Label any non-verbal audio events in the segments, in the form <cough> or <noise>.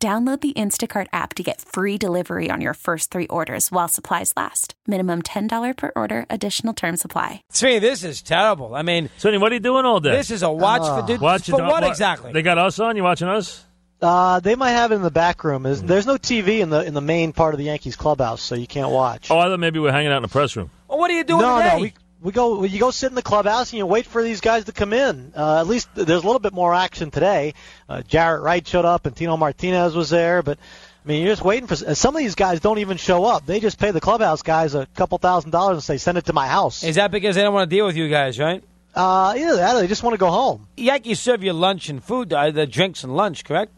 Download the Instacart app to get free delivery on your first three orders while supplies last. Minimum $10 per order, additional term supply. See, this is terrible. I mean, So, what are you doing all day? this is a watch Ah. for, dude, Watching for uh, what exactly? They got us on. You watching us? Uh, they might have it in the back room. There's, there's no TV in the in the main part of the Yankees clubhouse, so you can't watch. Oh, I thought maybe we we're hanging out in the press room. Well, what are you doing no, today? no, we we go. You go sit in the clubhouse and you wait for these guys to come in. Uh, at least there's a little bit more action today. Uh, Jarrett Wright showed up and Tino Martinez was there, but I mean, you're just waiting for some of these guys don't even show up. They just pay the clubhouse guys a couple thousand dollars and say send it to my house. Is that because they don't want to deal with you guys, right? Uh, either that or they just want to go home. Yankees serve you lunch and food, uh, the drinks and lunch, correct?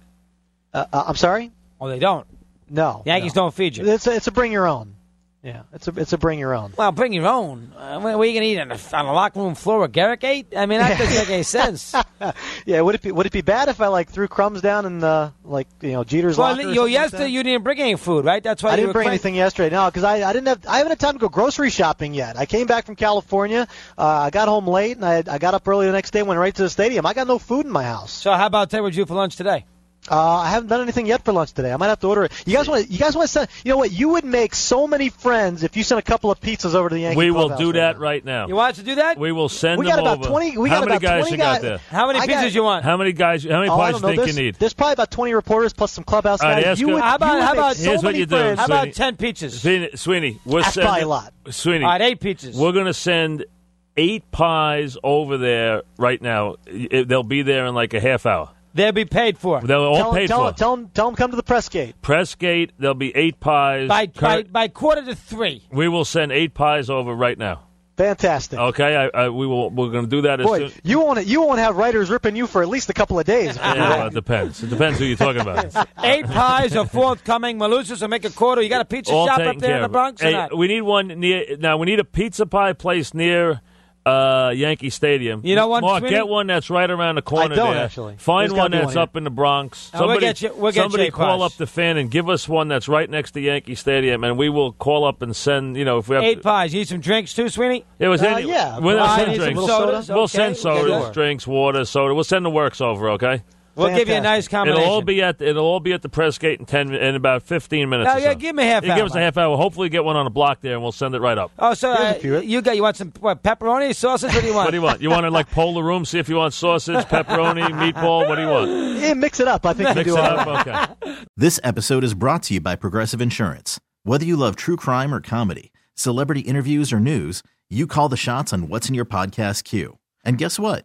Uh, uh, I'm sorry. Or they don't. No, The Yankees no. don't feed you. It's a, it's a bring your own. Yeah, it's a it's a bring your own. Well, bring your own. Uh, what what are you going to eat on the, on the locker room floor with Garrick ate? I mean, that doesn't <laughs> make any sense. Yeah, would it be would it be bad if I like threw crumbs down in the like you know Jeter's well, locker? or yo, something like yesterday that? you didn't bring any food, right? That's why I you didn't were bring clean- anything yesterday. No, because I, I didn't have I haven't had time to go grocery shopping yet. I came back from California. Uh, I got home late and I I got up early the next day. Went right to the stadium. I got no food in my house. So how about Ted? What'd you do for lunch today? Uh, I haven't done anything yet for lunch today. I might have to order it. You guys want you guys want to send? You know what? You would make so many friends if you sent a couple of pizzas over to the Yankee we will clubhouse do right that now. right now. You want us to do that? we will send We them got about over. 20 we how got many about guys 20 you got guys- there? how many I pizzas got- you want? How many guys? How many Oh, I pies don't do know. you think There's, you need? there's probably about 20 reporters plus some clubhouse All right, guys. ask You her- would, How about- you would how make about- so Here's what many you do. friends. how about Sweeney- ten pizzas? Sweeney, Sweeney, we're That's sending probably a lot. Sweeney, All right, eight pizzas. we're going to send eight pies over there right now. It- they'll be there in like a half hour. They'll be paid for They're all tell, paid tell, for. Tell them, come to the press gate. Pressgate, there'll be eight pies. by, by Kurt, by quarter to three. we will send eight pies over right now. Fantastic. Okay, I, I, we will. We're going to do that as Boy, soon. you won't you won't have writers ripping you for at least a couple of <laughs> days. Yeah, well, it depends. It depends who you're <laughs> talking about. Eight pies are forthcoming. Malusis will make a quarter. You got a pizza Ah. All shop taken up there in care the of. Bronx or Hey, uh, not? we need one near. Now we need a pizza pie place near uh, Yankee Stadium. You know what, Mark, Sweeney? get one that's right around the corner. don't, there. actually. Find There's gotta one be one that's here. up in the Bronx. Uh, we'll somebody get you- we'll get somebody Jay call Price. up the fan and give us one that's right next to Yankee Stadium, and we will call up and send. You know, if we have Eight to, pies. You eat some drinks too, Sweeney. it was Uh, any, yeah, we'll pies, send some drinks. little sodas, We'll send okay, we'll sodas, get that. drinks, water, soda. We'll send the works over. Okay. We'll give you a Fantastic. nice combination. It'll all be at it'll all be at the press gate in ten in about fifteen minutes. Oh, or yeah, so. give 'em a half Yeah, Give hour, us a Mike. half hour. Hopefully, get one on a block there, and we'll send it right up. Oh, so Here's uh, a few. you got you want some what, pepperoni sausage? <laughs> What do you want? What do you want? You want to like poll the room, see if you want <laughs> sausage, pepperoni, meatball. What do you want? Yeah, mix it up. I think you Mix do it all right. up. Okay. This episode is brought to you by Progressive Insurance. Whether you love true crime or comedy, celebrity interviews or news, you call the shots on what's in your podcast queue. And guess what?